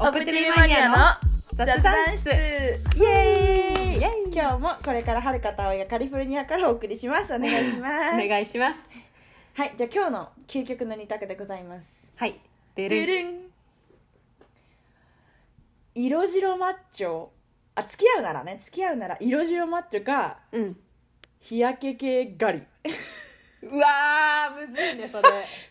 オプティマニアの雑談室イエーイイエーイ今日もこれからはるかたおいがカリフォルニアからお送りしますお願いしますお願いしますはいじゃあ今日の究極の二択でございますはいでるでるん色白マッチョあ付き合うならね付き合うなら色白マッチョかうん日焼け系ガリうわーむずいね それ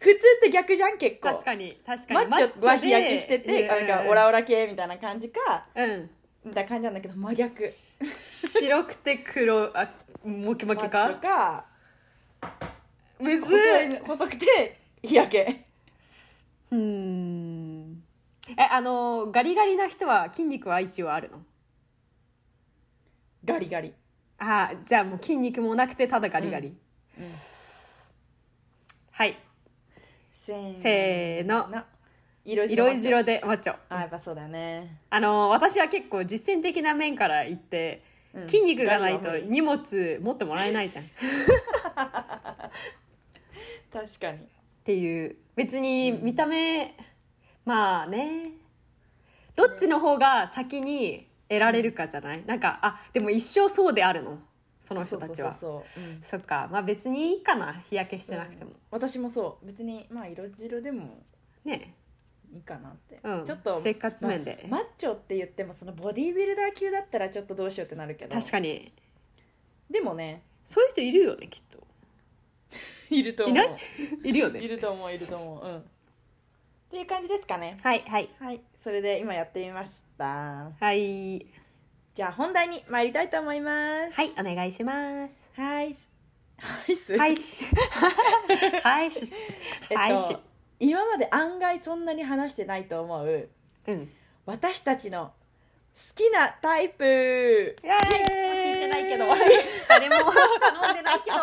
普通って逆じゃん結構確かに確マかにッチョは日焼けしてて、うんなんかオラオラ系みたいな感じかうんみたいな感じなんだけど真逆白くて黒あモキモキマッチョかかむず細いい細くて日焼けうーんえあのガリガリな人は筋肉は一応あるのガリガリ、あーじゃあもう筋肉もなくてただガリガリ、はいせーせーの色白色白でマッチョあやっぱそうだよね、あの私は結構実践的な面から言ってうん筋肉がないガとリは無理荷物持ってもらえ ないじゃんっ確かにていう別に見た目、まあねどっちの方が先に得られるかじゃないなんかあでも一生そうであるのその人たちはそそうそうそうそううんっかまあ別にいいかな日焼けしてなくても、私もそう別にまあ色白でもねいいかなって、うんちょっと生活面で、まマッチョって言ってもそのボディービルダー級だったらちょっとどうしようってなるけど確かにでもねそういう人いるよねきっといると思ういない いるよいねると思ういると思ううんっていう感じですかね はいはいはいそれで今やってみましたはいじゃあ本題に参りたいと思いますはいお願いしますはいはいすはい しはいしえっとはいし今まで案外そんなに話してないと思ううん私たちの好きなタイプイ エー聞いてな いけど誰も 頼んでないけど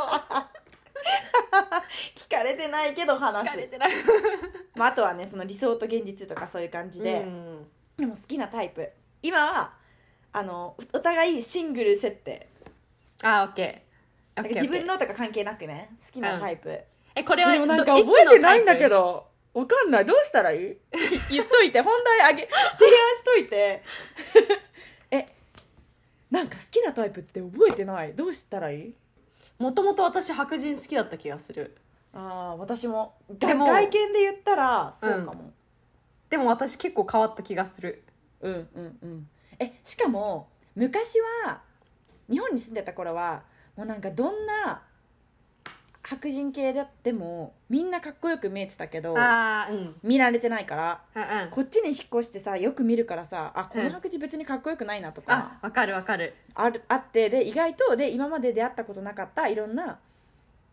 聞かれてないけど話す、てないまあ、あとはねその理想と現実とかそういう感じでで、でも好きなタイプ今はあのお互いシングル設定あオッケーなオんッかケー自分のとか関係なくね好きなタイプ、えこれはでもなんかど覚えてないんだいけつのどわかんないどうしたら いい言っといて本題あ げ提案しといて えなんか好きなタイプって覚えてないどうしたらいいタイプもともと私白人好きだった気がするああ私もでも外見で言ったらそうかも、でも私結構変わった気がするうん、うんうんえしかも昔は日本に住んでた頃はもうなんかどんな白人系であってもみんなかっこよく見えてたけどああうんうんうん見られてないからあこっちに引っ越してさよく見るからさあこうのん白人別にかっこよくないなとか、わかるわかるあるあってで意外とで今まで出会ったことなかったいろんな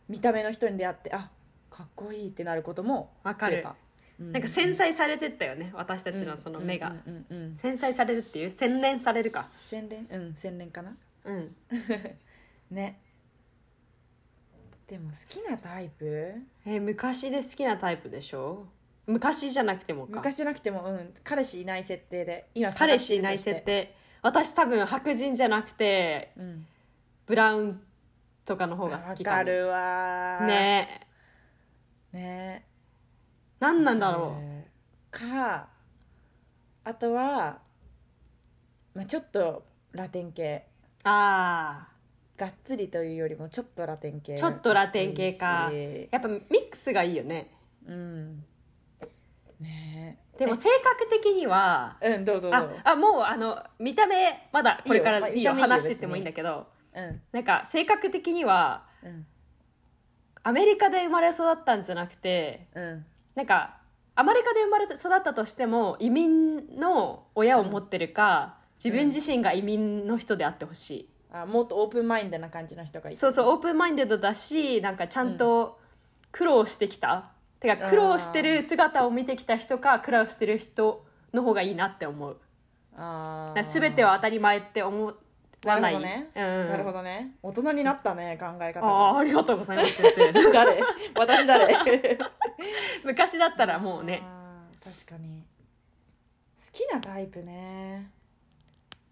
見た目の人に出会ってあかっこいいってなることもわ増かえるた、なんか繊細されてったよね私たちのその目がうんうんうんうん繊細されるっていう洗練されるか洗練うん洗練かなうんねでも好きなタイプえー昔で好きなタイプでしょ昔じゃなくてもか昔じゃなくてもうん彼氏いない設定で今彼氏いない設探してる定私多分白人じゃなくてとしてうんブラウンとかの方が好わきかもかるわーねえね何なんだろえーかあとは、まあ、ちょっとラテン系うああがっつりというよりもちょっとラテン系ちょっとラテン系かいいしやっぱミックスがいいよねうんねでも性格的にはえうんどうぞどあうぞあもうあの見た目まだこれからいいいいよよまあ見た目いいよ話してってもいいんだけどうんなんか性格的にはうんアメリカで生まれ育ったんじゃなくてうんなんかアメリカで生まれ育ったとしても移民の親を持ってるか、自分自身が移民の人であってほしい、あもっとオープンマインドな感じの人がいいそうそうオープンマインドだしなんかちゃんと苦労してきた、てか苦労してる姿を見てきた人か苦労してる人の方がいいなって思うあなんか全ては当たり前って思わないなるほどねうん、なるほどね大人になったね考え方あがあありがとうございます先 生誰私誰昔だったらもうねあー確かに好きなタイプね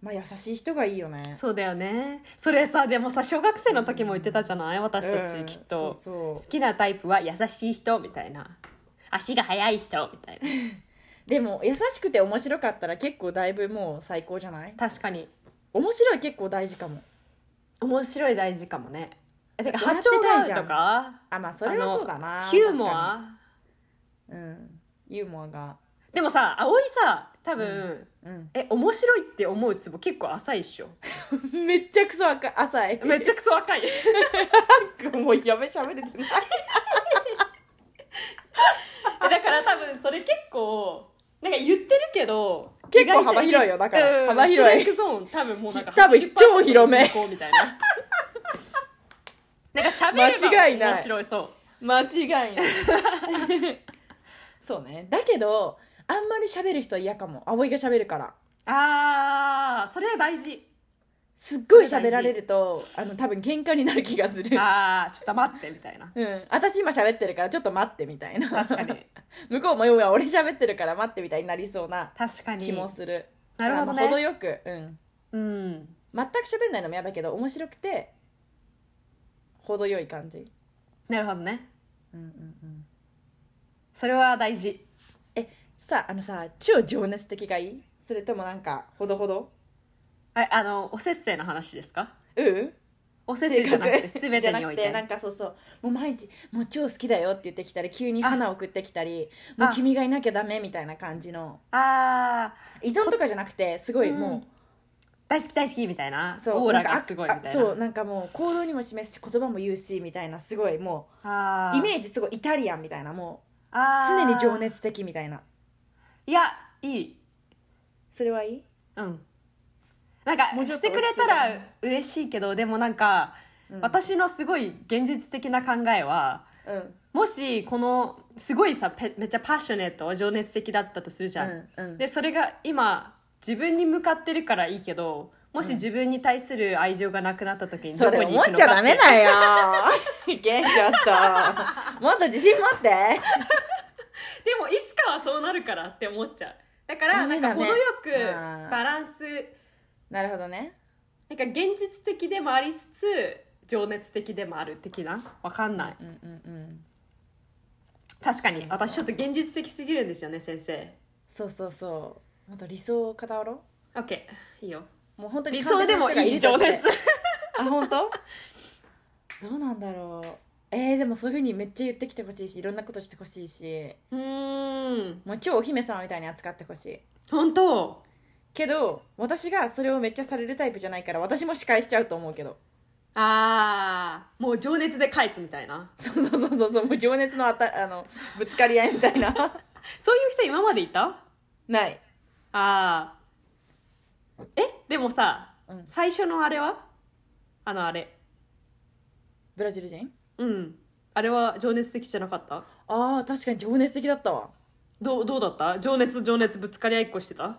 まあ優しい人がいいよねそうだよねそれさでもさ小学生の時も言ってたじゃない私たうちんきっと、そう好そうきなタイプは優しい人みたいな足が速い人みたいなでも優しくて面白かったら結構だいぶもう最高じゃない確かに面白い結構大事かも面白い大事かもねえてかや波って長がな合いうじゃんとかあまあそれはそうだなヒューモア確かにうんユーモアがでもさ葵さ多分、 うんえ面白いって思うツボ結構浅いっしょめっちゃくそ赤浅いめっちゃくそ若い ゃもうやべしゃべれてないだから多分それ結構なんか言ってるけど結構幅広いよだからうん幅広いストライクゾーン多分もうなんか多分80%超広めの人口みたいな なんか喋間違いればない面白いそう間違いない そうねだけどあんまり喋る人は嫌かも葵が喋るからあーそれは大事すっごい喋られるとあの多分喧嘩になる気がするあーちょっと待ってみたいなうん、私今喋ってるからちょっと待ってみたいな確かに 向こうも「いや俺喋ってるから待って」みたいになりそうな確かに気もする、なるほどまあ程ねよく、うん、うん全く喋んないのも嫌だけど面白くて程よい感じ、なるほどねうんうんうん、それは大事さあのさ超情熱的がいいそれともなんかほどほどああのおせっせいの話ですかうんおせっせいじゃなくて全てにおいじてゃなくなんかそうそうもう毎日「もう超好きだよ」って言ってきたり急に花送ってきたり「あもう君がいなきゃダメ」みたいな感じのあー依存とかじゃなくてすごいもう、うん大好き大好きみたいなそうオーラなんがかすごいみたあいそうななんかもう行動にも示すし言葉も言うしみたいなすごいもあうイメジージすごいイタリアンみたいなもう常に情熱的みたいないやいいそれはいいうんなんかもうちょっしとてくれた落ち着いらて嬉しいけどでもなんか、うん私のすごい現実的な考えはうんもしこのすごいさペめっちゃパッショネット情熱的だったとするじゃん、うんうんでそれが今自分に向かってるからいいけどもし自分に対する愛情がなくなった時にどそこれに行思っくのちゃかダっメてだよ ゲンちょっともっと自信持ってでもいつかはそうなるからって思っちゃうだからダなメんかダメ程よくあーバランスなるほどねなんか現実的でもありつつ情熱的でもある的なわかんないうんうんうん確かに私ちょっと現実的すぎるんですよね先生そうそうそうもっと理想を語ろ OK いいようもう本当に理想でもいい情完璧な人がるとして熱あ本当どうなんだろうえー、でもそういうふうにめっちゃ言ってきてほしいしいろんなことしてほしいし うーんもう超お姫様みたいに扱ってほしい本当けど私がそれをめっちゃされるタイプじゃないから私も仕返しちゃうと思うけどああもう情熱で返すみたいなそうそうそうそうそうもう情熱のあたあのぶつかり合いみたいな そういう人今までいたないああえでもさ、うん最初のあれはあのあれブラジル人うんあれは情熱的じゃなかったあー確かに情熱的だったわどうどうだった情熱と情熱ぶつかり合いっこしてた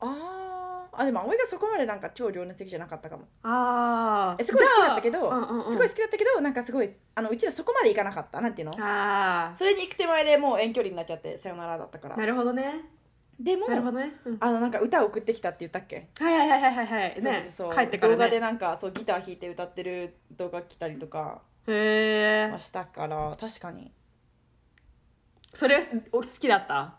あーあでも葵がそこまでなんか超情熱的じゃなかったかもあえすごい好きだったけど、うんうんうん、すごい好きだったけどなんかすごいあのうちらそこまでいかなかったなんていうのあそれに行く手前でもう遠距離になっちゃってさよならだったかあらなるほどねでもなるほどね、うんあのなんか歌送ってきたって言ったっけはいはいはいはいはいはいそうねそうそう帰ってから動画ねでなんかそうギター弾いて歌ってる動画来たりとかへまえしたから確かにそれお好きだった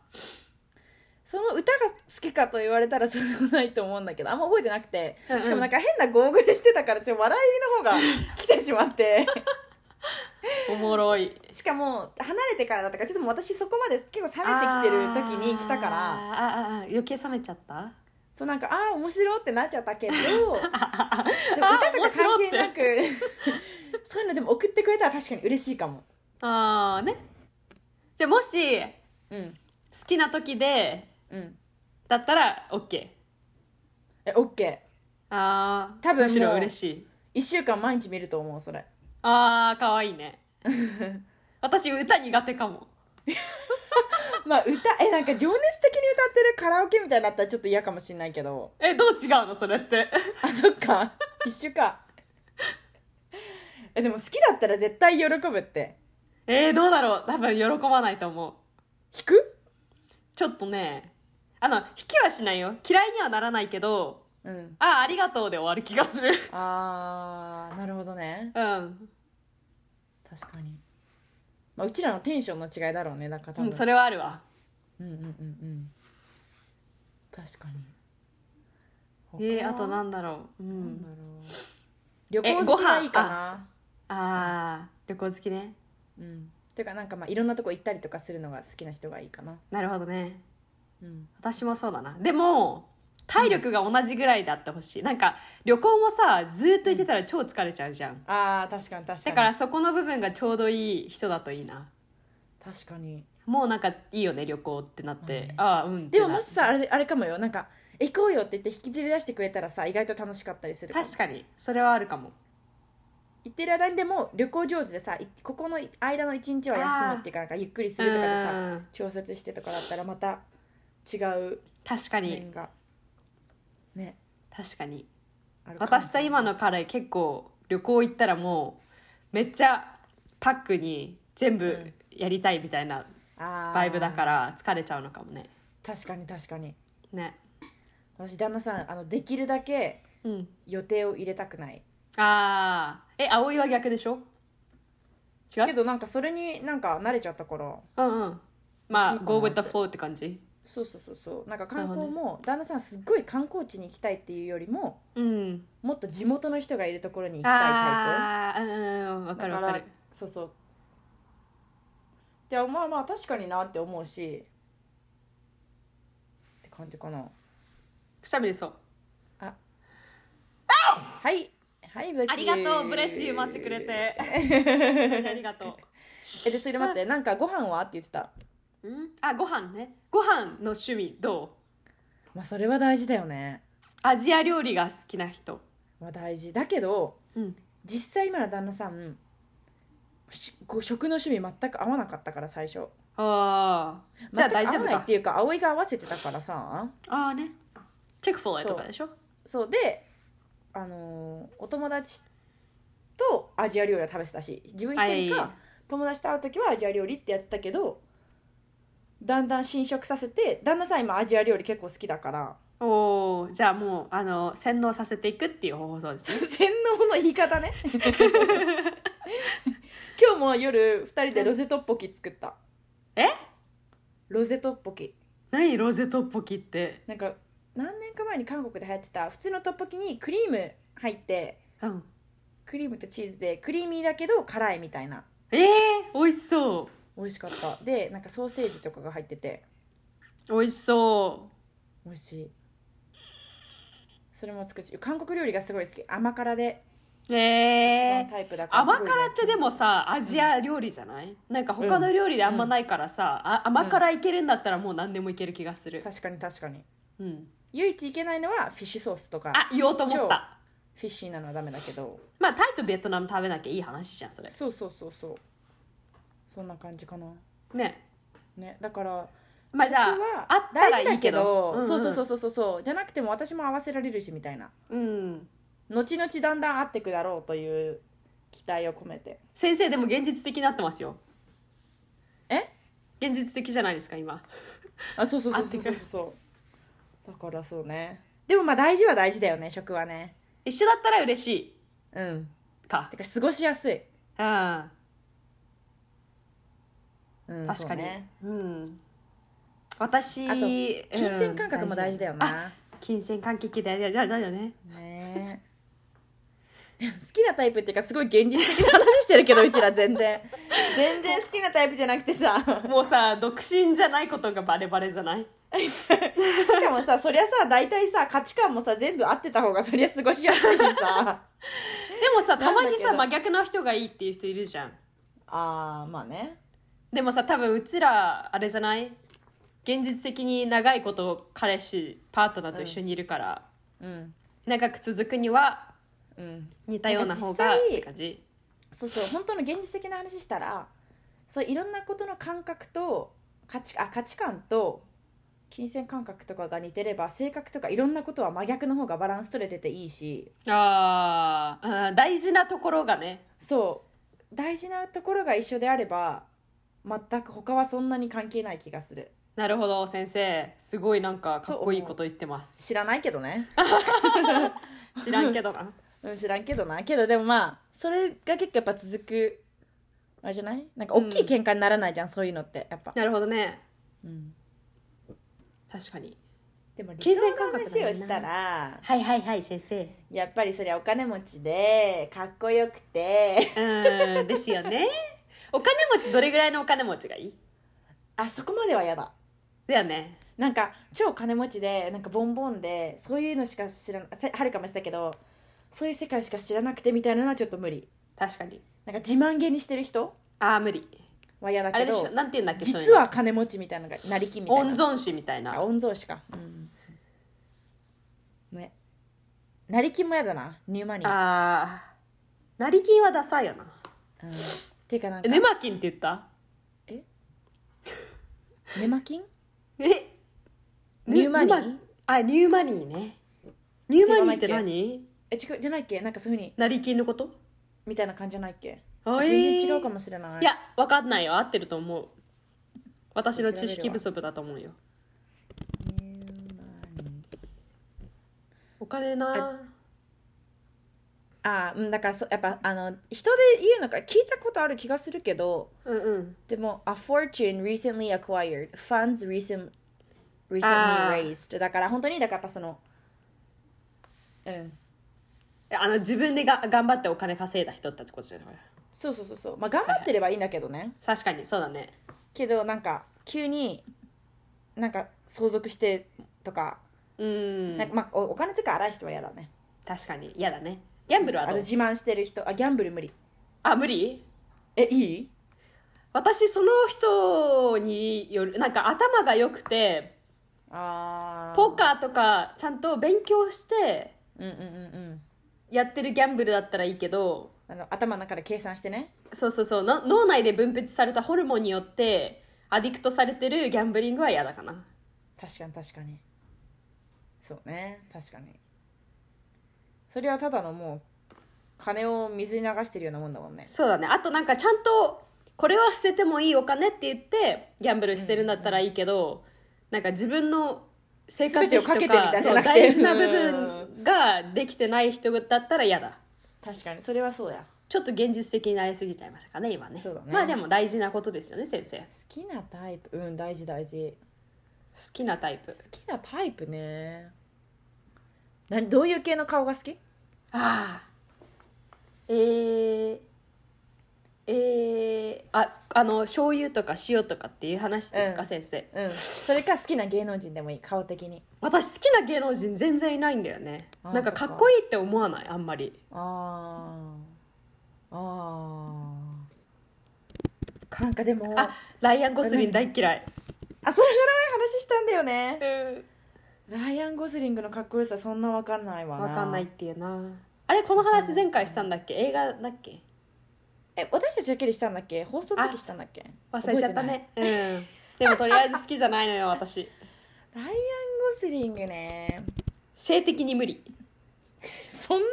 その歌が好きかと言われたらそうでもないと思うんだけどあんま覚えてなくてうんうんしかもなんか変なゴーグルしてたからちょっと笑いの方が来てしまって おもろいしかも離れてからだったからちょっともう私そこまで結構冷めてきてる時に来たからあーあーあー余計冷めちゃ ったそうなんかああ面白ってなっちゃった けどでも歌とかあ関係なく そういうのでも送ってくれたら確かに嬉しいかもああねじゃあもしうん好きな時でうんだったら OK えオッケーああ多分もうむしろ嬉しい1週間毎日見ると思うそれ ああ可愛いね私歌苦手かもまあ歌えなんか情熱的に歌ってるカラオケみたいになったらちょっと嫌かもしんないけどえどう違うのそれって あそっか一緒か えでも好きだったら絶対喜ぶってえー、どうだろう多分喜ばないと思う弾くちょっとねあの引きはしないよ嫌いにはならないけどうんああありがとうで終わる気がするあーなるほどねうん、確かに、まあ、うちらのテンションの違いだろうねなんかう多分、ん、それはあるわうんうんうんうん確かにえー、あとななんんだろう、うなんんだ、ろう旅え行ご飯好きがいいかなああ旅行好きねうんていうかなんかまあいろんなとこ行ったりとかするのが好きな人がいいかななるほどねうん私もそうだなでも体力が同じぐらいであってほしい、なんか旅行もさずっと行ってたら超疲れちゃうじゃんあー確かに確かにだからそこの部分がちょうどいい人だといいな確かにもうなんかいいよね旅行ってなって、まああうんってでなももしさあれあれかもよなんか行こうよって言って引きずり出してくれたらさ意外と楽しかったりするかも確かにそれはあるかも行ってる間にでも旅行上手でさいここの間の一日は休むっていうかなんかゆっくりするとかでさうん調節してとかだったらまた違う確かに面がね確かにあるかもしれない私と今の彼結構旅行行ったらもうめっちゃパックに全部やりたいみたいなあーバイブだから疲れちゃうのかもね確かに確かにね私旦那さんあのできるだけうん予定を入れたくないああえ葵は逆でしょ違うけどなんかそれになんか慣れちゃったからうんうんまあいいかな go with the って flow って感じそうそうそうそうなんか観な光るも旦那さんすっごい観光地に行きたいっていうよりもうんもっと地元の人がいるところに行きたいタイああーうんうんわプかるだわかからるそうそうでまあまあ確かになって思うしって感じかなくしゃみでそうはいはいブレスありがとうブレスユー待ってくれ てありがとえでそれで待ってなんかご飯はって言ってたう、うん、あご飯ねご飯の趣味どうまあそれは大事だよねアジア料理が好きな人まあ大事だけどうん実際今の旦那さんしご食の趣味全く合わなかったから最初ああじゃあ大丈全夫く合わないっかていうか葵が合わせてたからさああねチェックフォーレとかでしょそうであのーお友達とアジア料理を食べてたし自分あ一い人やか友達と会う時はアジア料理ってやってたけどだんだん侵食させて旦那さん今アジア料理結構好きだからおおじゃあもうあの洗脳させていくっていう方法そう ですね洗脳の言い方ね 今日も夜2人でロゼトッポキ作ったえロゼトッポキ何ロゼトッポキってなんか何年か前に韓国で流行ってた普通のトッポキにクリーム入ってうんクリームとチーズでクリーミーだけど辛いみたいなええー、美味しそ美味しかったでなんかソーセージとかが入っててう美味しそ美味しいそれも作っち韓国料理がすごい好き甘辛でう一え番ー、タイプだから甘辛ってでもさアジア料理じゃない、なんか他の料理であんまないからさ、あ甘辛いけるんだったらもう何でもいける気がする、確かに確かにうん、唯一いけないのはフィッシュソースとかあ言おうと思ったフィッシーなのはダメだけどまあタイとベトナム食べなきゃいい話じゃんそれそうそうそうそうそんな感じかなねねだからまあじゃ食はああったら大事いだいけどそうそうそううそうそうそうじゃなくても私も合わせられるしみたいなそう、うん、後々だんだん合ってくだろうという期待を込めて先生でも現実的になってますよえ現実的じゃないですか今あそうそうそ合うそうそっうてくそうだからそうねでもまあ大事は大事だよね食はね一緒だったら嬉しうんいかてか過ごしやすい、うんうん、確かに、そうねうん私あと金金銭感覚も大事だよな、金銭感覚大事だだよねねえ好きなタイプっていうかすごい現実的な話してるけどうちら全然全然好きなタイプじゃなくて さもうさ独身じゃないことがバレバレじゃないしかもさそりゃさ大体さ価値観もさ全部合ってた方がそりゃ過ごしやすいしさでもさたまにさな真逆の人がいいっていう人いるじゃん あーまあねでもさ多分うちらあれじゃない現実的に長いこと彼氏パートナーと一緒にいるから、うん長く続くにはうん似たような方がなんかっ実際て感じそうそう本当の現実的な話したらそういろんなことの感覚と価値あ価値観と金銭感覚とかが似てれば性格とかいろんなことは真逆の方がバランス取れてていいしあーあー大事なところがねそう大事なところが一緒であれば全く他はそんなに関係ない気がするなるほど先生すごいなんかかっこいいこと言ってます知らないけどね 知らんけど なうん知らんけどなけどでもまあそれが結構やっぱ続くあれじゃないなんか大きい喧嘩にならないじゃん、そういうのってやっぱなるほどねうん確かにでも理経想済の感覚だもん話なをしたらはいはいはい先生やっぱりそりゃお金持ちでかっこよくてうんですよねお金持ちどれぐらいのお金持ちがいいあそこまではやだだよねなんか超金持ちでなんかボンボンでそういうのしか知らなはるかもしたけどそういう世界しか知らなくてみたいなのはちょっと無理確かになんか自慢げにしてる人ああ無理は嫌だあけれでしどょなんて言うんだっけそういう実のは金持ちみたいなのがなりきみたいな温存師みたいあな御曹司かうんねなりきも嫌だなニューマニー、あー成金はダサいよなうん、っていうかなんえかネマキンって言った寝まきんえニューマニーあニューマニーねニューマニーって何え違うじゃないっけなんかそういうふうに成金のことみたいな感じじゃないっけあ全然違うかももしれないいやわかんないよ合ってると思う私の知調べ識るわ不足だと思うよニューマニお金なーあうんだからそやっぱあの人で言うのか聞いたことある気がするけどうんうんでも a fortune recently acquired funds recent, recently あー raised だから本当にだからやっぱそのうんあの自分でが頑張ってお金稼いだ人たちこっちだからそうそうそうそうまあ頑張ってればいいんだけどね、確かにそうだねけどなんか急になんか相続してとか,、うんなんかまあ、おお金とか荒い人は嫌だね確かに嫌だねギャンブルはあどとう自慢してる人あギャンブル無理あ無理えいい私その人によるなんか頭が良くてあポーカーとかちゃんと勉強してうんうんうんうんやってるギャンブルだったらいいけどあの頭の中で計算してねそうそうそうの脳内で分泌されたホルモンによってアディクトされてるギャンブリングは嫌だかな確かに確かにそうね確かにそれはただのもう金を水に流してるようなもんだもんねそうだねあとなんかちゃんとこれは捨ててもいいお金って言ってギャンブルしてるんだったらいいけど、なんか自分の生活費とか全てをかけてみたそういなじゃなくて大事な部分ができてない人だったら嫌だ確かにそれはそうやちょっと現実的になりすぎちゃいましたかね今ねそうだねまあでも大事なことですよね先生好好きなタイプうん大事大事きなタイプ好きなタイプね何どういう系の顔が好きああえー、えー、ああの醤油とか塩とかっていう話ですか、うん先生うんそれか好きな芸能人でもいい顔的に私好きな芸能人全然いないんだよねあなんかそっかかっこいいって思わないあんまりあーあーなんかでもあライアン・ゴスリン大っ嫌い、あそれぐらい話したんだよねうんライアン・ゴズリングのかっこよさそんな分かんないわなわかんないっていうなあれこの話前回したんだっけ映画だっけえ私たちだけでしたんだっけ放送の時したんだっけ忘れちゃったねうんでもとりあえず好きじゃないのよ私ライアン・ゴズリング ね性的に無理そんなに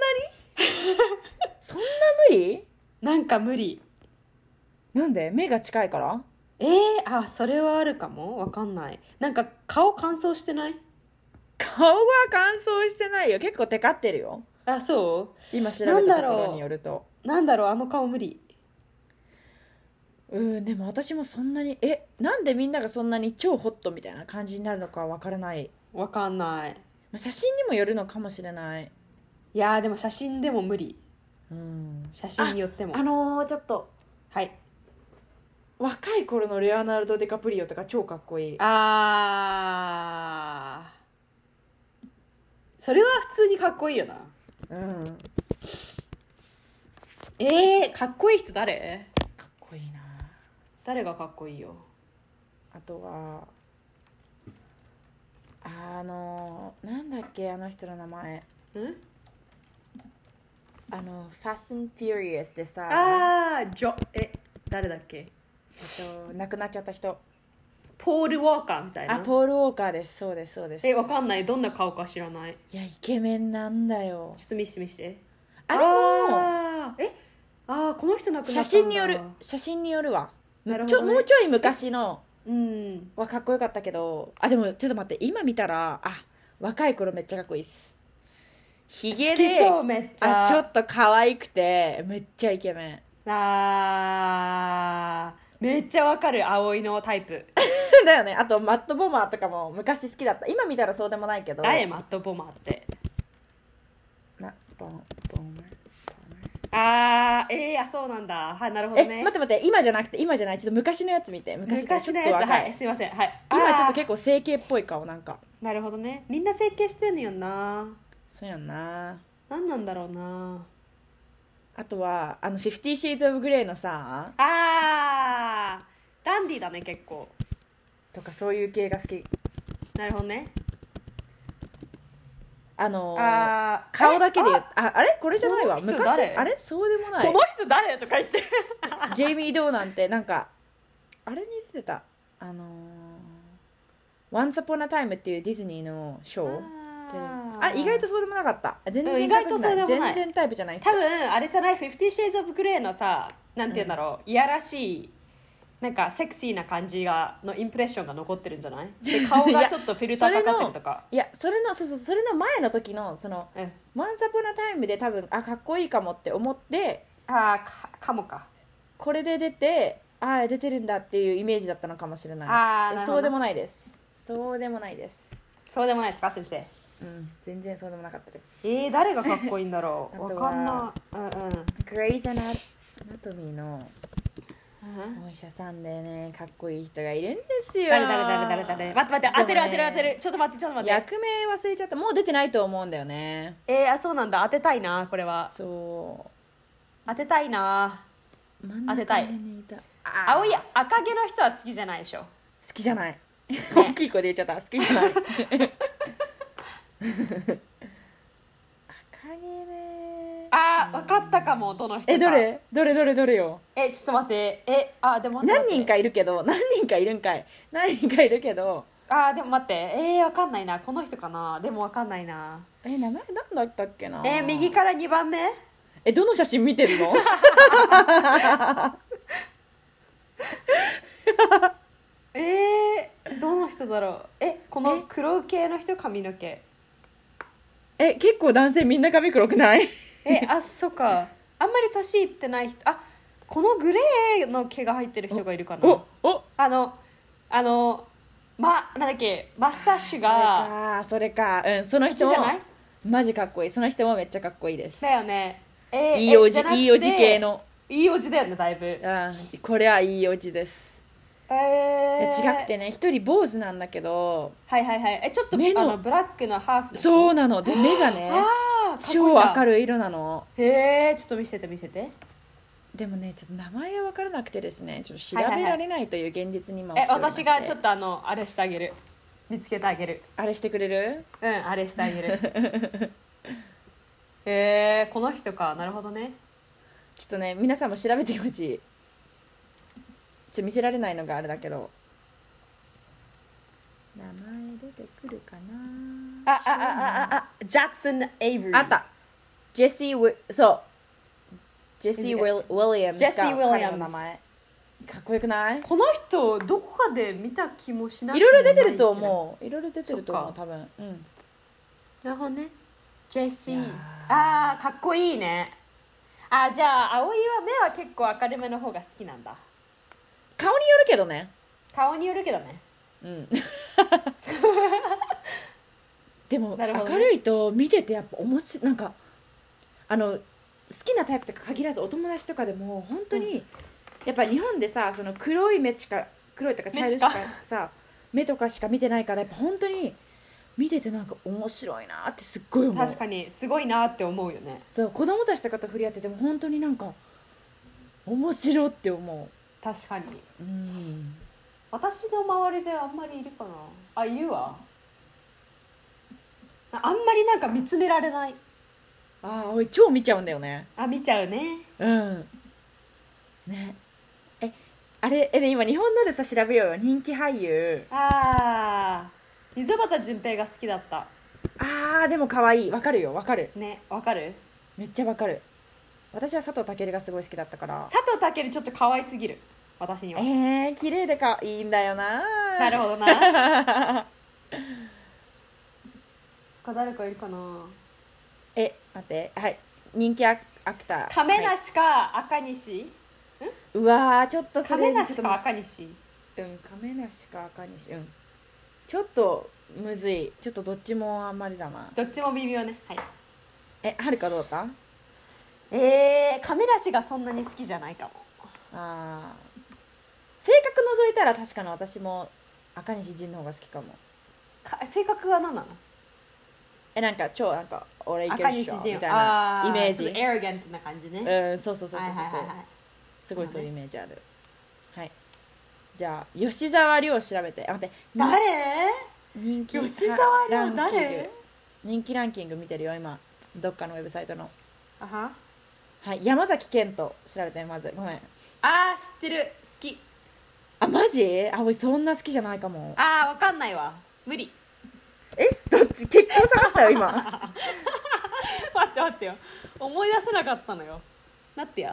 そんな無理なんか無理なんで目が近いからえー、あそれはあるかもわかんないなんか顔乾燥してない顔は乾燥してないよ結構テカってるよあそ今調べたところによるとうなんだろうあの顔無理うんでも私もそんなにえなんでみんながそんなに超ホットみたいな感じになるのかわからないわかんないまあ写真にもよるのかもしれないいやーでも写真でも無理うん写真によってもあのー、ちょっとはい若い頃のレアナルド・ディカプリオとか超かっこいいあーそれは普通にかっこいいよなうんかえー、かっこいい人誰っこいいな誰がかっこいいよあとはあのー、なんだっけあの人の名前んあの「ファスン・フューリアス」でさあージョえ誰だっけえっと亡くなっちゃった人ポール・ウォーカーみたいなあポール・ウォーカーですそうですそうですえわかんないどんな顔か知らないいやイケメンなんだよちょっと見して見してあれもあーえあーこの人亡くなったんだ写真による写真によるわなるほちょど、ね、もうちょい昔のうんはかっこよかったけどあでもちょっと待って今見たらあ若い頃めっちゃかっこいいっすひげ好きでそうめっちゃあちょっと可愛くてめっちゃイケメン あーめっちゃわかる葵のタイプだよねあとマット・ボマーとかも昔好きだった今見たらそうでもないけど誰マット・ボマーってマボンボンあーえー、あそうなんだはいなるほどえね待って待って今じゃなくて今じゃないちょっと昔のやつ見て昔昔のちょやつっと若はいすいませんはい今ちょっあとー結構整形っぽい顔なんかなるほどねみんな整形してんのよなそうやんな何なんだろうなあとはあの「フィフティー・シーズ・オブ・グレー」のさあーダンディーだね結構とかそういう系が好きなるほどねあのーあー顔だけで言えうああれこれじゃないわこの人昔誰あれそうでもあないこの人誰とか言ってジェイミー・ドーなんてなんかあれに出てたあのー「Once Upon a Time」っていうディズニーのショーでああ意外とそうでもなかった全うん然意外とそうでもない全然タイプじゃない多分あれじゃない「50 Shades of Grey」のさなんて言うんだろう、いやらしいなんかセクシーな感じがのインプレッションが残ってるんじゃ ないで顔いがやちょっとフィルターかかってるとかいやそれのそうそうそれの前の時のそのうん、 「Once Upon a Time」で多分あかっこいいかもって思ってああかかもかこれで出てああ出てるんだっていうイメージだったのかもしれないあーなるほどそうでもないですそうでもないですそうでもないですか先生うん全然そうでもなかったですえー、誰がかっこいいんだろう あわとはかんないうんうんグレイズ・アナトミーのお医者さんでねかっこいい人がいるんですよ誰誰誰誰誰待って待って当てるで当てもねる当てるちょっと待ってちょっと待って役名忘れちゃったもう出てないと思うんだよねえー、あそうなんだ当てたいなこれはそ当てたいなう当てたい真ん中にいたあ青い赤毛の人は好きじゃないでしょ好きじゃない大きい声で言っちゃった好きじゃない赤毛ねあー分かったかもどの人かえどれどれどれどれよえちょっと待ってえあでも待って何人かいるけど何人かいるんかい何人かいるけどあーでも待ってえー、分かんないなこの人かなでも分かんないなえ名前何だったっけなえー、右から2番目えどの写真見 てるのえー、どの人だろうえこの黒系の人髪の毛え結構男性みんな髪黒くないえあそっかあんまり年いってない人あこのグレーの毛が入ってる人がいるかなおおあのあのまなんだっけマスタッシュがあそれかうんその人そっちもじゃないマジかっこいいその人もめっちゃかっこいいですだよねえーいいおじえゃなくていいおじ系のいいおじだよねだいぶえあーこれはいいおじです、いや違くてね一人坊主なんだけどはいはいはいえちょっと目のあのブラックのハーフの人そうなので目がねあ超明るるい色なのへえちょっと見せて見せてでもねちょっと名前が分からなくてですねちょっと調はべいはいはいられないという現実に今え私がちょっととあのあれしてあげる見つけてあげるあれしてくれるうんあれしてあげる へえこの人かなるほどねちょっとね皆さんも調べてほしいちょ見せられないのがあれだけど名前出てくるあかなあああああジャクソン・エイブリーあったジェシー・ウィそうジェシー・ウィウィリアムズがジェシーウィリアムズ彼の名前かっこよくないこの人どこかで見た気もしないいろいろ出てると思ういろいろ出てると思そうっ多分うんなるほどねジェシいやーあーかっこいいねあじゃあ葵は目は結構明るめの方が好きなんだ顔によるけどね顔によるけどねうん でも、なるほどね明るいと見ててやっぱ面白いなんかあの好きなタイプとか限らずお友達とかでも本当に、やっぱ日本でさその黒い目しか黒いとか茶色しか目しさ目とかしか見てないからやっぱ本当に見ててなんか面白いなってすっごい思う確かにすごいなって思うよねそう子供たちとかと触れ合ってても本当になんか面白って思確かにううん私の周りであんまりいるかなあいるわああんまりなんか見つめられないああおい超見ちゃうんだよねあ見ちゃうねうんねえあれえね今日本のでさ調べようよ人気俳優あー溝端淳平が好きだったあーでも可愛いわかるよわかるねわかるめっちゃわかる私は佐藤健がすごい好きだったから佐藤健ちょっと可愛すぎる私にえはー、綺麗でかいいんだよななるほほどなど他誰かいるかな え待ってはい人気アアクター亀はい梨か赤西うわーちょっとそれ亀梨ちょっか赤西うん亀梨か赤西うんちょっとむずいちょっとどっちもあんまりだなどっちも微妙ねはいえはるかどうだっえー、亀梨がそんなに好きじゃないかもたあー性格除いたら確かに私も赤西仁の方が好きかもか性格は何なのえなんか超なんか俺いける赤っし西ょみ仁たいなイメージエレガントな感じね、うんそうそうそうそうそう、はいはいはいはいすごいそういうそイメージあるはいじゃあ吉沢亮を調べてあ待って誰人気吉沢ラン亮キング誰人気ランキング見てるよ今どっかのウェブサイトのあははい山崎賢人調べてまずごめんあー知ってる好きあマジあ俺そんな好きじゃないか もあーわかんないわ無理 えどっち結構下がったよ今待って待ってよ思い出せなかったのよ待ってや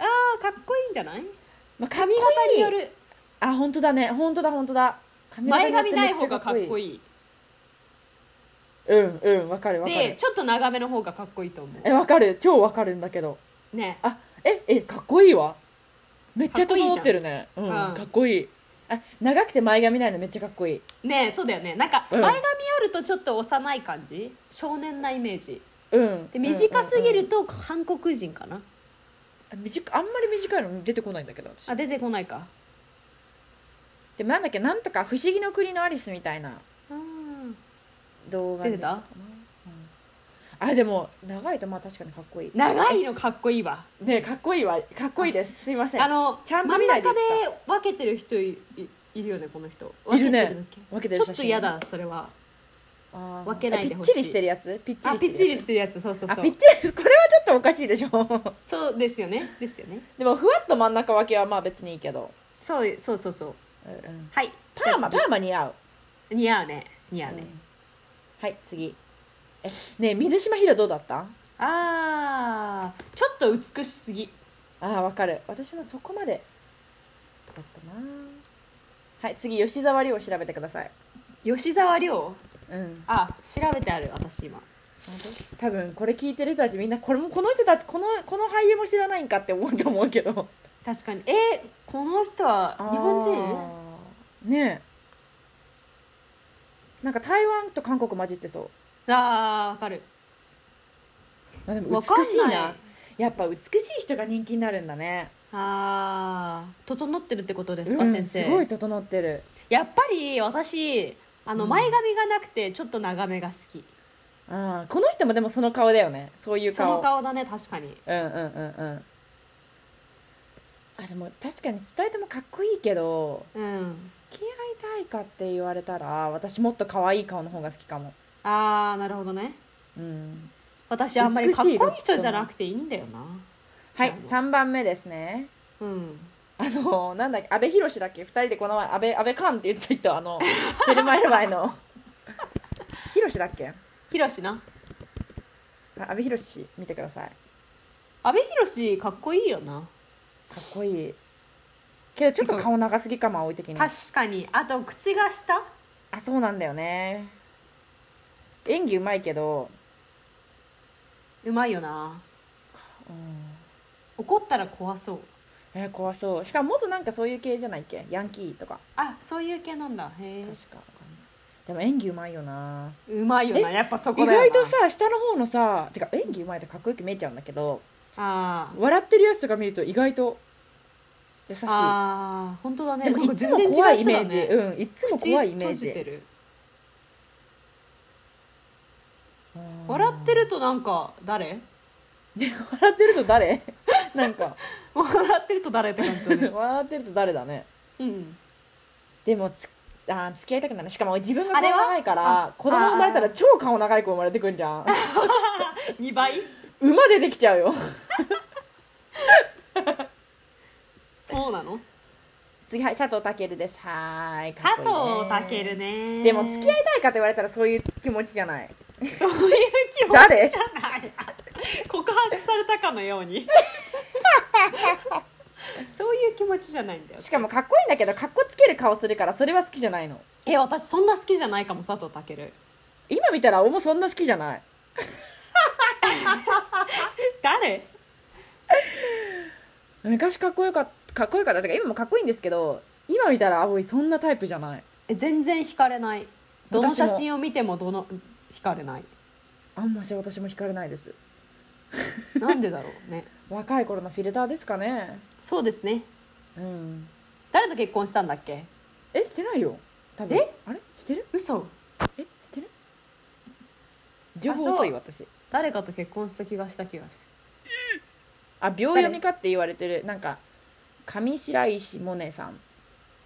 あーかっこいいんじゃない まあ、髪髪型型にによよるるあ本当だね本当だ本当だ髪前型に髪ないよってめ方っちゃがかっこいいうんうんわかるわかでるちょっと長めの方がかっこいいと思えわかる超わかるんだけどうねあええかっこいいわめっちゃかっこいいじゃん整ってるねうんうんかっこいいあ長くて前髪ないのめっちゃかっこいいねそうだよねなんかうん前髪あるとちょっと幼い感じ少年なイメージうんで短すぎうんうんるうんと韓国人かなあ短あんまり短いの出てこないんだけど私あ出てこないかでもなんだっけなんとか不思議の国のアリスみたいなうん動画に出てたかなうんあでも長いとまあ確かにかっこいい長いのかっこいいわねえかっこいいわかっこいいですすいませんあのちゃんと真見んないで中で分けてる人いいいるよねこの人いるね分けて時分けてちるょ写っと真嫌だそれはあー分けないでほしあいぴっちりしてるやつぴっちありぴっちりしててるやつそうそうあそぴっうちり これはちょっとおかしいでしょそうですよねですよね でもふわっと真ん中分けはまあ別にいいけど、そうそうそうそううんうん、はいパーマじパゃあーマ似合う次似合うね似合うね、うんはい次えねえ水島ひろどうだったあーちょっと美しすぎああわかる私もそこまでだったなはい次吉沢亮を調べてください吉沢亮うんあ調べてある私今多分これ聞いてる人たちみんなこれもこの人だってこのこの俳優も知らないんかって思う と思うけど確かにえーこの人は日本人人ねえなんか台湾と韓国混じってそうあーわかるあでもわ美かんしいなないやっぱ美しい人が人気になるんだねあー整ってるってことですか、うん先生すごい整ってるやっぱり私あのうん前髪がなくてちょっと長めが好き、あーこの人もでもその顔だよねそういうそ顔の顔だね確かにうんうんうんうんあでも確かに2人ともかっこいいけどうん付き合いたいかって言われたら私もっと可愛い顔の方が好きかもああなるほどねうん私あんまりかっこいい美しいどっちと人もじゃなくていいんだよなはい付き合うの3番目ですねうんあのなんだっけ阿部寛だっけ2人でこの前阿部阿部寛って言ってた人あのテルマエルマエの 寛だっけあひろしな阿部寛見てください阿部寛かっこいいよなかっこいいけどちょっと顔長すぎかも青い的にあ確かにあと口が下そうなんだよね演技うまいけど、うまいよなうん、怒ったら怖そうえー怖そうしかも元なんかそういう系じゃないっけヤンキーとかあそういう系なんだへ確かわかんないでも演技うまいよなえうまいよなやっぱそこ意だよな外とさ下の方のさてか演技うまいとかっこよく見えちゃうんだけどあー笑ってるやつとか見ると意外と優しいあー本当だねでもなんかいつ全も然違う人怖だいイメージ、ねうんいつも怖いイメー口閉じてジるうん笑ってるとなんか誰笑ってると 誰なんか笑ってると誰って感じだね笑ってると誰だねうんでもつあー付き合いたくなるしかも自分があ顔れは長いからあ子供生まれたあらー超顔長い子生まれてくんじゃん2倍馬出てきちゃうよそうなの次はい佐藤健ですはーいかっこい佐藤い健ねでも付き合いたいかと言われたらそういう気持ちじゃないそういう気持ちじゃない告白されたかのようにそういう気持ちじゃないんだよしかもかっこいいんだけどかっこつける顔するからそれは好きじゃないのえ私そんな好きじゃないかも佐藤健今見たらおもそんな好きじゃない誰昔かっこよかったかっこよかったてか今もかっこいいんですけど今見たら葵そんなタイプじゃないえ全然惹かれないどの私も写真を見てもどの惹かれないあんまし私も惹かれないですなんでだろ うね若い頃のフィルターですかねそうですねうん誰と結婚したんだっけえしてないよ多分えあれしてる嘘えしてる情報遅い私誰かと結婚した気がした気がしあ秒読みかって言われてるなんか上白石萌音さん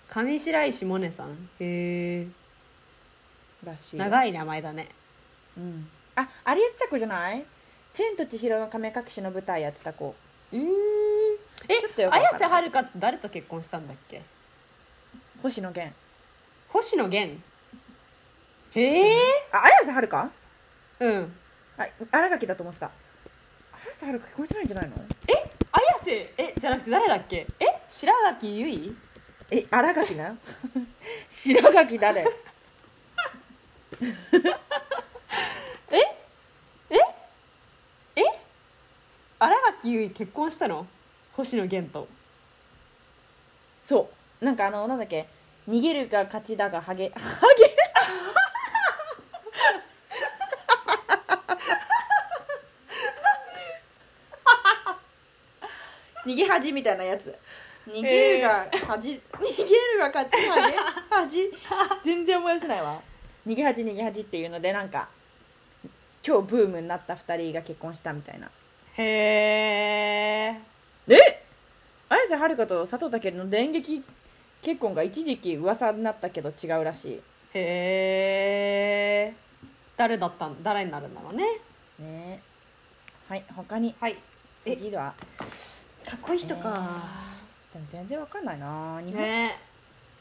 た上白石萌音さんへえらしいよ長い名前だねうん、ああれやってた子じゃない「千と千尋の神隠し」の舞台やってた子うーんちょっとえよくわかんない綾瀬はるかって誰と結婚したんだっけ星野源星野源へえあ綾瀬はるかうんあ新垣だと思ってた綾瀬はるか結婚してないんじゃないの綾瀬えじゃなくて誰だっけえ白垣結衣え新垣な 白垣誰新垣結衣結婚したの星野源とそうなんかあのなんだっけ逃げるが勝ちだがハゲハゲ逃げ恥みたいなやつ逃げるが恥、逃げるが勝ちハゲ恥全然思い出せないわ逃げ恥逃げ恥っていうのでなんか超ブームになった2人が結婚したみたいなへええ綾瀬はるかと佐藤健の電撃結婚が一時期噂になったけど違うらしへえ誰だったん誰になるんだろうねいねはい他にはいえ次はかっこいい人かでも全然わかんないな日本、ね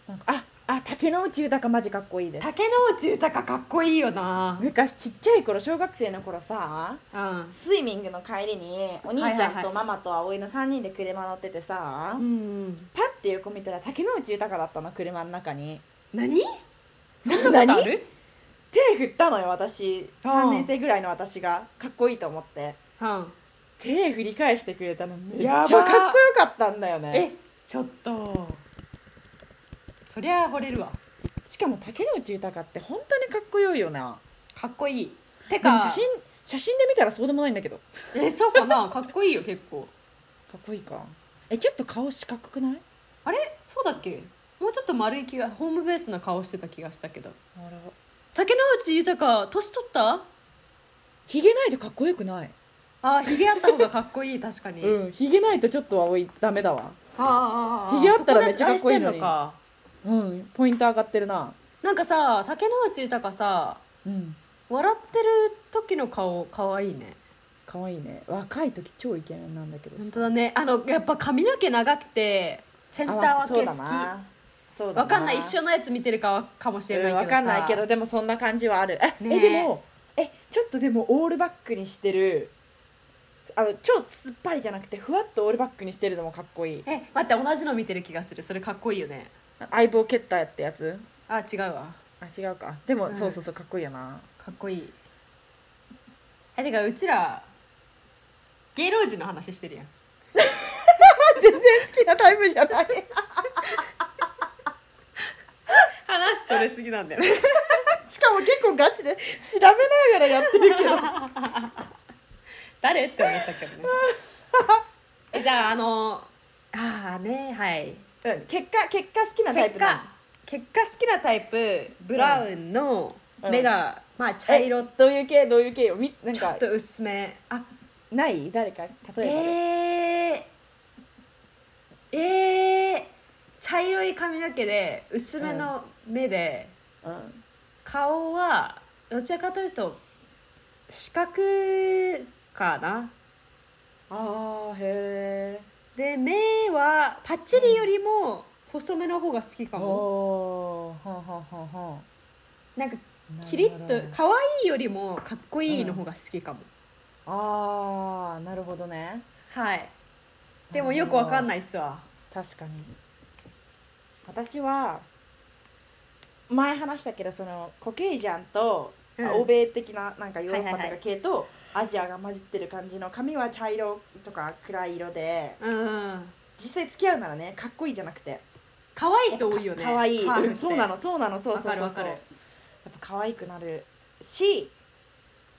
なんかああ竹野内豊マジかっこいいです竹野内豊かっこいいよな昔ちっちゃい頃小学生の頃さうんスイミングの帰りにお兄ちゃんとママと葵の3人で車乗っててさ、うんパッて横見たら竹野内豊だったの車の中に何そんなことあ何る手振ったのよ私うん3年生ぐらいの私がかっこいいと思ってうん手振り返してくれたのめっちやゃかばっこよかったんだよねえちょっとそりゃ惚れるわしかも竹野内豊って本当にかっこよいよなかっこいいてでもか写真写真で見たらそうでもないんだけどかえそうかなかっこいいよ結構っこいいかえちょっと顔四角くないあれそうだっけもうちょっと丸い気がホームベースな顔してた気がしたけどあら竹野内豊年取ったひげないとかっこよくないあひげあった方がかっこいい確かに、あんひげないとちょっと青いダメだわあひげあったらめっちゃかっこいいのそであれしにてんかうんポイント上がってるななんかさ竹野内豊さうん笑ってる時の顔かわいいねかわいいね若い時超イケメンなんだけど本当だねあのやっぱ髪の毛長くてセンター分け好きそうだわかんない一緒のやつ見てるかはかもしれないけどさ、わかんないけどでもそんな感じはある え,、ねえでもえちょっとでもオールバックにしてるあの超すっぱりじゃなくてふわっとオールバックにしてるのもかっこいいえ待って同じの見てる気がするそれかっこいいよね相棒蹴ったってやつあ違うわあ違うかでも、うんそうそうそうかっこいいよなかっこいいえてかうちら芸能人の話してるやん全然好きなタイプじゃない話それすぎなんだよ しかも結構ガチで調べながらやってるけど誰って思ったけどね えじゃああのああねはいうん結果結果好きなタイ結プな果の結果好きなタイプブラウンの目が、まあ茶え色どういう系どういう系よみなんちょかっと薄めあない誰か例えば、えー、えー、茶色い髪の毛で薄めの目で、うん、顔はどちらかというと四角かなあーへで目はパッチリよりも細めの方が好きえかも、おーはんはんはんはんなんかなるほどキリッと可愛いよりもかっこいいの方が好きかも、あーなるほどねはいでもよくわかんないいっすわ確かに私は前話したけどそのコケイジャンと、うん欧米的ななんかヨーロッはパいとはいはいか系と、アジアが混じってる感じの髪は茶色とか暗い色でうん実際付き合うならねかっこいいじゃなくて可愛い人多いよね可愛いパーフェクトうんそうなのそうなのそうわそうかるそうわそかうるやっぱ可愛くなるし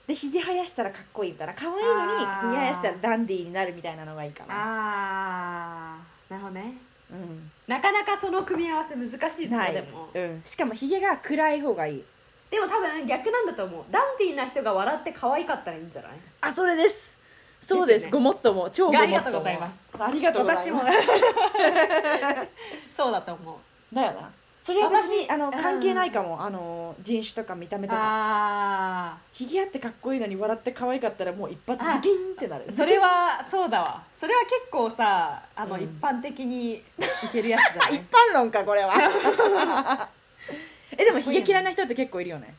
でひげ生やしたらかっこいいみたいな可愛いのにあーひげ生やしたらダンディーになるみたいなのがいいかな、ああなるほどねうん、なかなかその組み合わせ難しいですなねいでもうん、しかもひげが暗い方がいいでも多分逆なんだと思うダンディーな人が笑って可愛かったらいいんじゃないあそれですそうでですすよねごもっとも超ごもっあともりがとうございますありがとうございます私そうだと思うだよなそれは別に私あのうん関係ないかも、あの人種とか見た目とかあひげあってかっこいいのに笑って可愛かったらもう一発あズキンってなるあそれはそうだわそれは結構さあの、うん一般的にいけるやつじゃあ な一い般論かこれは えでもひげ嫌いな人って結構いるよね、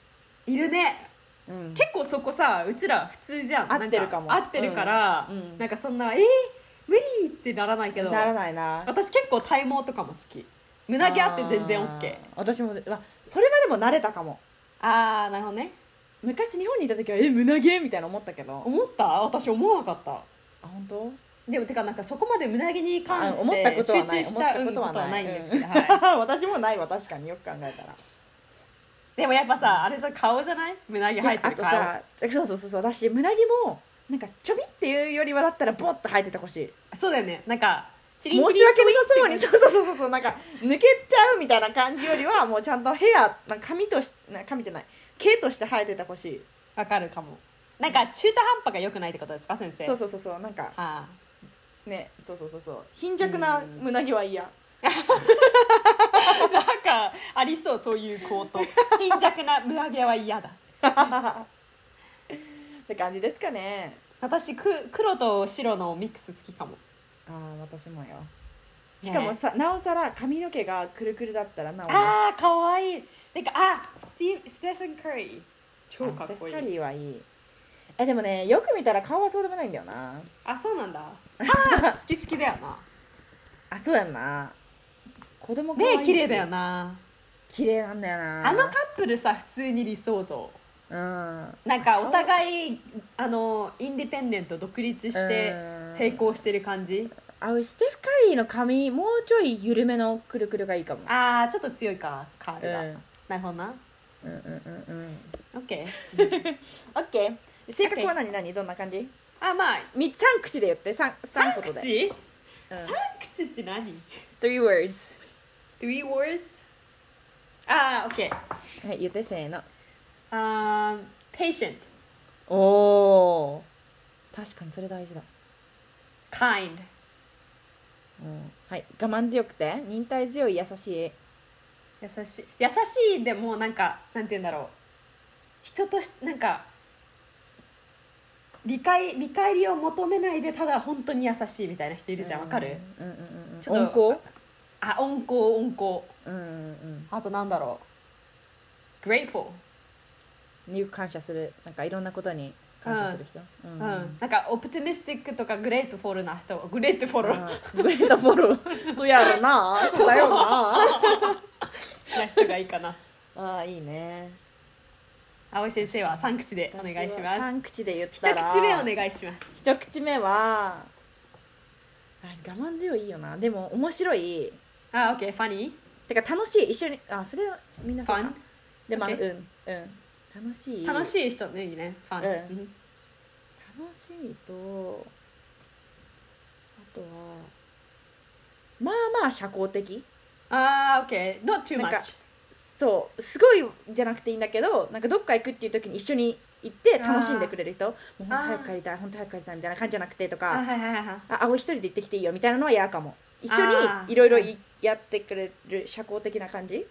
いるねうん、結構そこさうちら普通じゃん合ってるかもなん合ってるから、うんうんなんかそんな「えー、無理!」ってならないけどならないな私結構体毛とかも好き胸毛あって全然 OK あー私もわそれはでも慣れたかもああーなるほどね昔日本にいた時はえ胸毛みたいな思ったけど思った私思わなかったあ本当でもてかなんかそこまで胸毛に関してあ思ったことはな集い中した思うっんこたこととははなないいんですけど、はい、 私もないわ確かによく考えたらでもやっぱさあれさ顔じゃない胸毛生えてあると顔さそうそうそうそう私胸毛もなんかちょびっていうよりはだったらボッと生えててほしいそうだよねなんかチ申リンチリしン訳なさそうにそうそうそうそうそうなんか抜けちゃうみたいな感じよりはもうちゃんとヘアなんか髪としな髪じゃない毛として生えててほしいわかるかもなんか中途半端が良くないってことですか先生そうそうそうそうなんかあねそうそうそうそう貧弱な胸毛は嫌あなんかありそうそういうコート貧弱な胸毛は嫌だって感じですかね私く黒と白のミックス好きかもああ私もよしかもねさ、なおさら髪の毛がくるくるだったらなおあああかわいいてかあスティーステフェン・カリー超かっこいいカリーはいいえでもねよく見たら顔はそうでもないんだよなあそうなんだあ好き好きだよなあそうやんな子供可愛いしね綺麗だよな綺麗なんだよなあのカップルさ普通に理想像うんなんかお互いあのインディペンデント独立してうん成功してる感じあステフ・カリーの髪もうちょい緩めのくるくるがいいかもあーちょっと強いかカーうんルうが、んなるほどなうんうんうん OK オッケー性格は何何どんな感じあまあみ三口で言って三三ことで口うん三口って何 three words ?Three words? あー OK はい言ってせーのあー patient おお確かにそれ大事だ、 kind うん、はい我慢強くて忍耐強い優しい優しい優しいでもなんかなんて言うんだろう人としなんか理解見返りを求めないでただ本当に優しいみたいな人いるじゃんわかるうんうんうんうんちょっと温厚あ温厚温厚うんうんあとなんだろう grateful うんに感謝するなんかいろんなことに感謝する人うんう、うんんうんなんかオプティミスティックとかグレートフォルな人グレートフォルなあーグレートフォロ ーそうやろなそうだよな 人がいいかなあーいいね葵先生は三口でお願いし私まは三す口で言っ一たら口目お願いします一口目はあ我慢強いいよなでも面白いあ OK ファニてか楽しい一緒にあそれはみんなーそフうかァンでも、あの OK うんうん楽しい楽しいい人ねいいねファン、うんうん楽しいとあとはまあまあ社交的ああ OK not too なんか much そうすごいじゃなくていいんだけどなんかどっか行くっていう時に一緒に行って楽しんでくれる人もう本当早く帰りたい本当早く帰りたいみたいな感じじゃなくてとあかはいはいはいはいあ葵一人で行ってきていいよみたいなのは嫌かも一緒あーにいろいろはいやってくれる社交的な感じ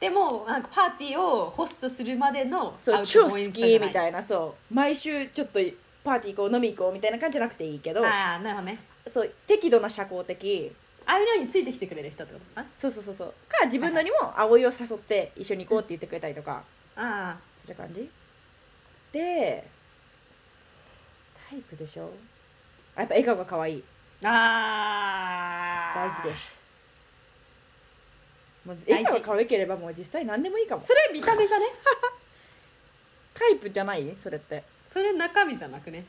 でもなんかパーティーをホストするまでのそう超好きみいたいなそう毎週ちょっとパーティー行こう飲み行こうみたいな感じじゃなくていいけどああーなるほどねそう適度な社交的ああいうのについてきてくれる人ってことですかそうそうそうそうか自分のにも葵を誘って一緒に行こうって言ってくれたりとかあする感じでタイプでしょあやっぱ笑顔が可愛いああ大事ですすもう大事笑顔が可愛ければもう実際何でもいいかもそれ見た目じゃねタイプじゃないそれってそれ中身じゃなくね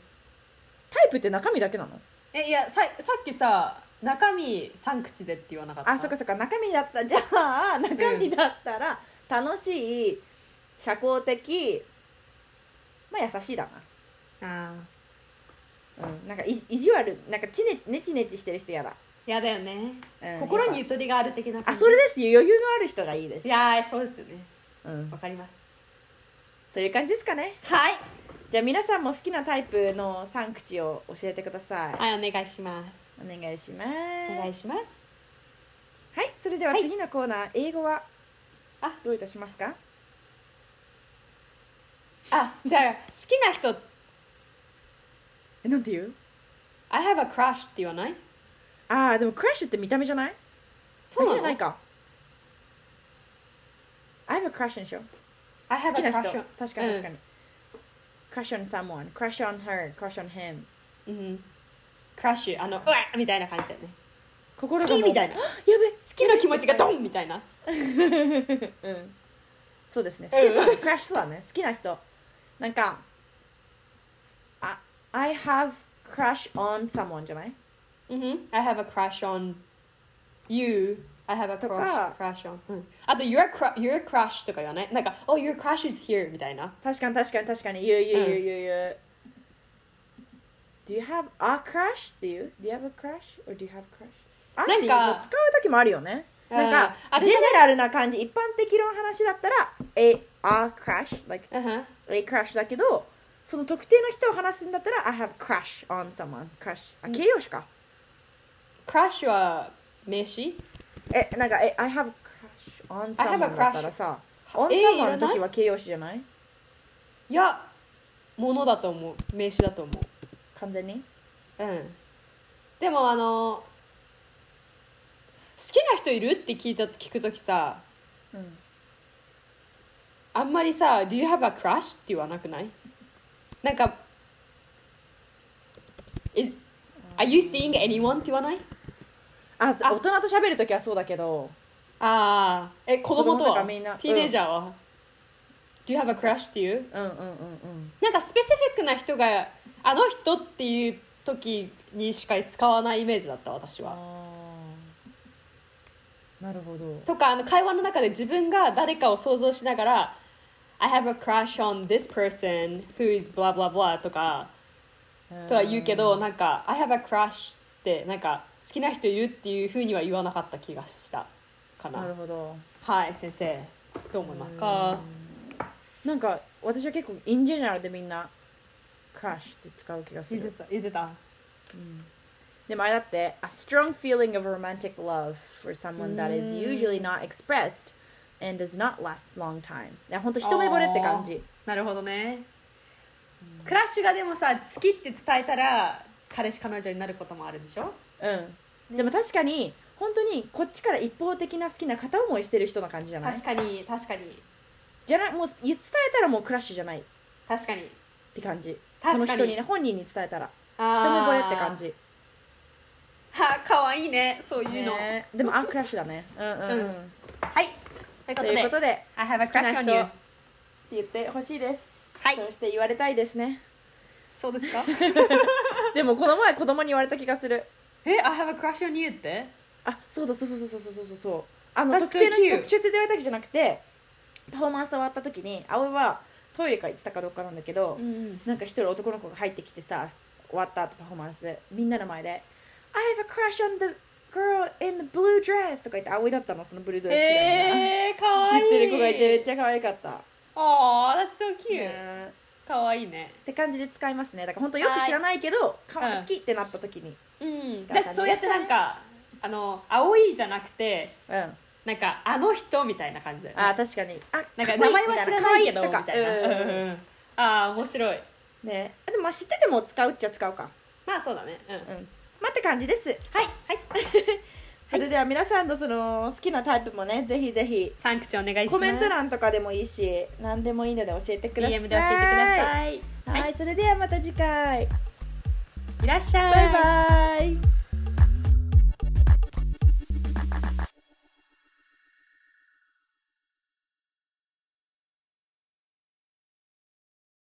タイプって中身だけなのえいやささっきさ中身3口でって言わなかったあそっかそっか中身だったじゃあ中身だったら楽しい社交的まあ優しいだあな、うん、なんかい意地悪なんかちねねちねちしてる人嫌だ、ーやだよね、うん心にやっゆとりがある的なぱ感あじそれですよ余裕のある人がいいですいやーそうですよねうんわ、かりますという感じですかねはいじゃあ皆さんも好きなタイプの3口を教えてください、はいお願いしますお願いしますお願いしますはいそれでははい次のコーナー、英語はあどういたしますかあじゃあ好きな人えなんて言う I have a crush って言わないああでもクラッシュって見た目じゃないそうなじのゃないか I have a crush on でしょ I 好 have き a な crush 人 on- 確かに確かに、に、crush on someone crush on her crush on him うんうん、crush あのうわっみたいな感じだよね心好がきみたいななや好べきの気持ちがドンみたいな うん、そうですね好きそうだねクラッシュそうだね好きな人なんかあ I have crush on someone じゃないうんふん I have a crush on you I have a とか crush, crush on、うん、あと your, cru- your crush とか言わないなんか Oh your crush is here みたいな確かに確かに確かに言う言ううん言う言う言う Do you have a crush? っていう Do you have a crush? Or do you have crush? あっていうなんのか使う時もあるよねなんかあジれじェネゃないラルな感じ一般的な話だったら A, a crush like うんふん A crush だけどその特定の人を話すんだったら I have crush on someone crush あ形容詞か、 crush は名詞えなんかえ I have crush on I have a someone だったらさ on え someone のいらない時は形容詞じゃないいやものだと思う名詞だと思う完全にうん、でもあの好きな人いるって聞いた聞くときさうんあんまりさ「Do you have a crush?」って言わなくないなんか「Is, are you seeing anyone?」って言わないああ大人と喋る時はそうだけどああえ子供と子供とかはみんなティーネイジャーは、Do you have a crush?」っていううんうんうんうんなんかスペシフィックな人が「あの人」っていう時にしか使わないイメージだった私は。あーなるほどとかあの会話の中で自分が誰かを想像しながら「I have a crush on this person who is blah blah blah」とかとは言うけどなんか「I have a crush」ってなんか好きな人いるっていうふうには言わなかった気がしたかなるなほどはい先生どう思いますかなんか私は結構インジェネラルでみんなクラッシュって使う気がすいぜるたいぜたでもあれだって A strong feeling of romantic love for someone that is usually not expressed and does not last long time いや本当一目惚れって感じなるほどねクラッシュがでもさ好きって伝えたら彼氏彼女になることもあるでしょうんでも確かに本当にこっちから一方的な好きな片思いしてる人の感じじゃない確かに確かにじゃないもう伝えたらもうクラッシュじゃないっ確かにて感じ確かにその人にね本人に伝えたら一一目惚れって感じは あ、かわいいね、そういうの。ねでもあクラッシュだねうんうん、う、うんはい。ということで、ということで I have a 好きな crush 人 on you. 言ってほしいですはいそして言われたいですねそうですかでもこの前子供に言われた気がする え、I have a crush on you ってあそうだそうそうそうそうそうそうそうあの That's 特定の so cute. 特別で言われたわけじゃなくてパフォーマンス終わった時に葵はトイレから行ってたかどうかなんだけど、ん。なんか一人男の子が入ってきてさ終わった後パフォーマンスみんなの前で「I have a crush on the girl in the blue dress」とか言って葵だったのそのブルードレス着たのがえー、かわい言い。ってる子がいてめっちゃ可愛かった、あー、that's so ね cute. えかわいいね。って感じで使いますねだから本当よく知らないけどかはい好きってなった時にうん。使う感じですかねだし、そうやってなんか、あの、青いじゃなくて、うんあなんか、あの人みたいな感じだよね。確かにあなん可か、愛名前は知らないけど、み可愛たいな。とかうんうんうんあー、面白い。うんねでもまあ知ってても使うっちゃ使うかまあ、そうだね。うん。うんまあって感じですはい。はい。 それでは皆さんのその好きなタイプもねぜひぜひサンクチお願いします。コメント欄とかでもいいし何でもいいので教えてください DM で教えてください。はい、はそれではまた次回いらっしゃい。バイバイ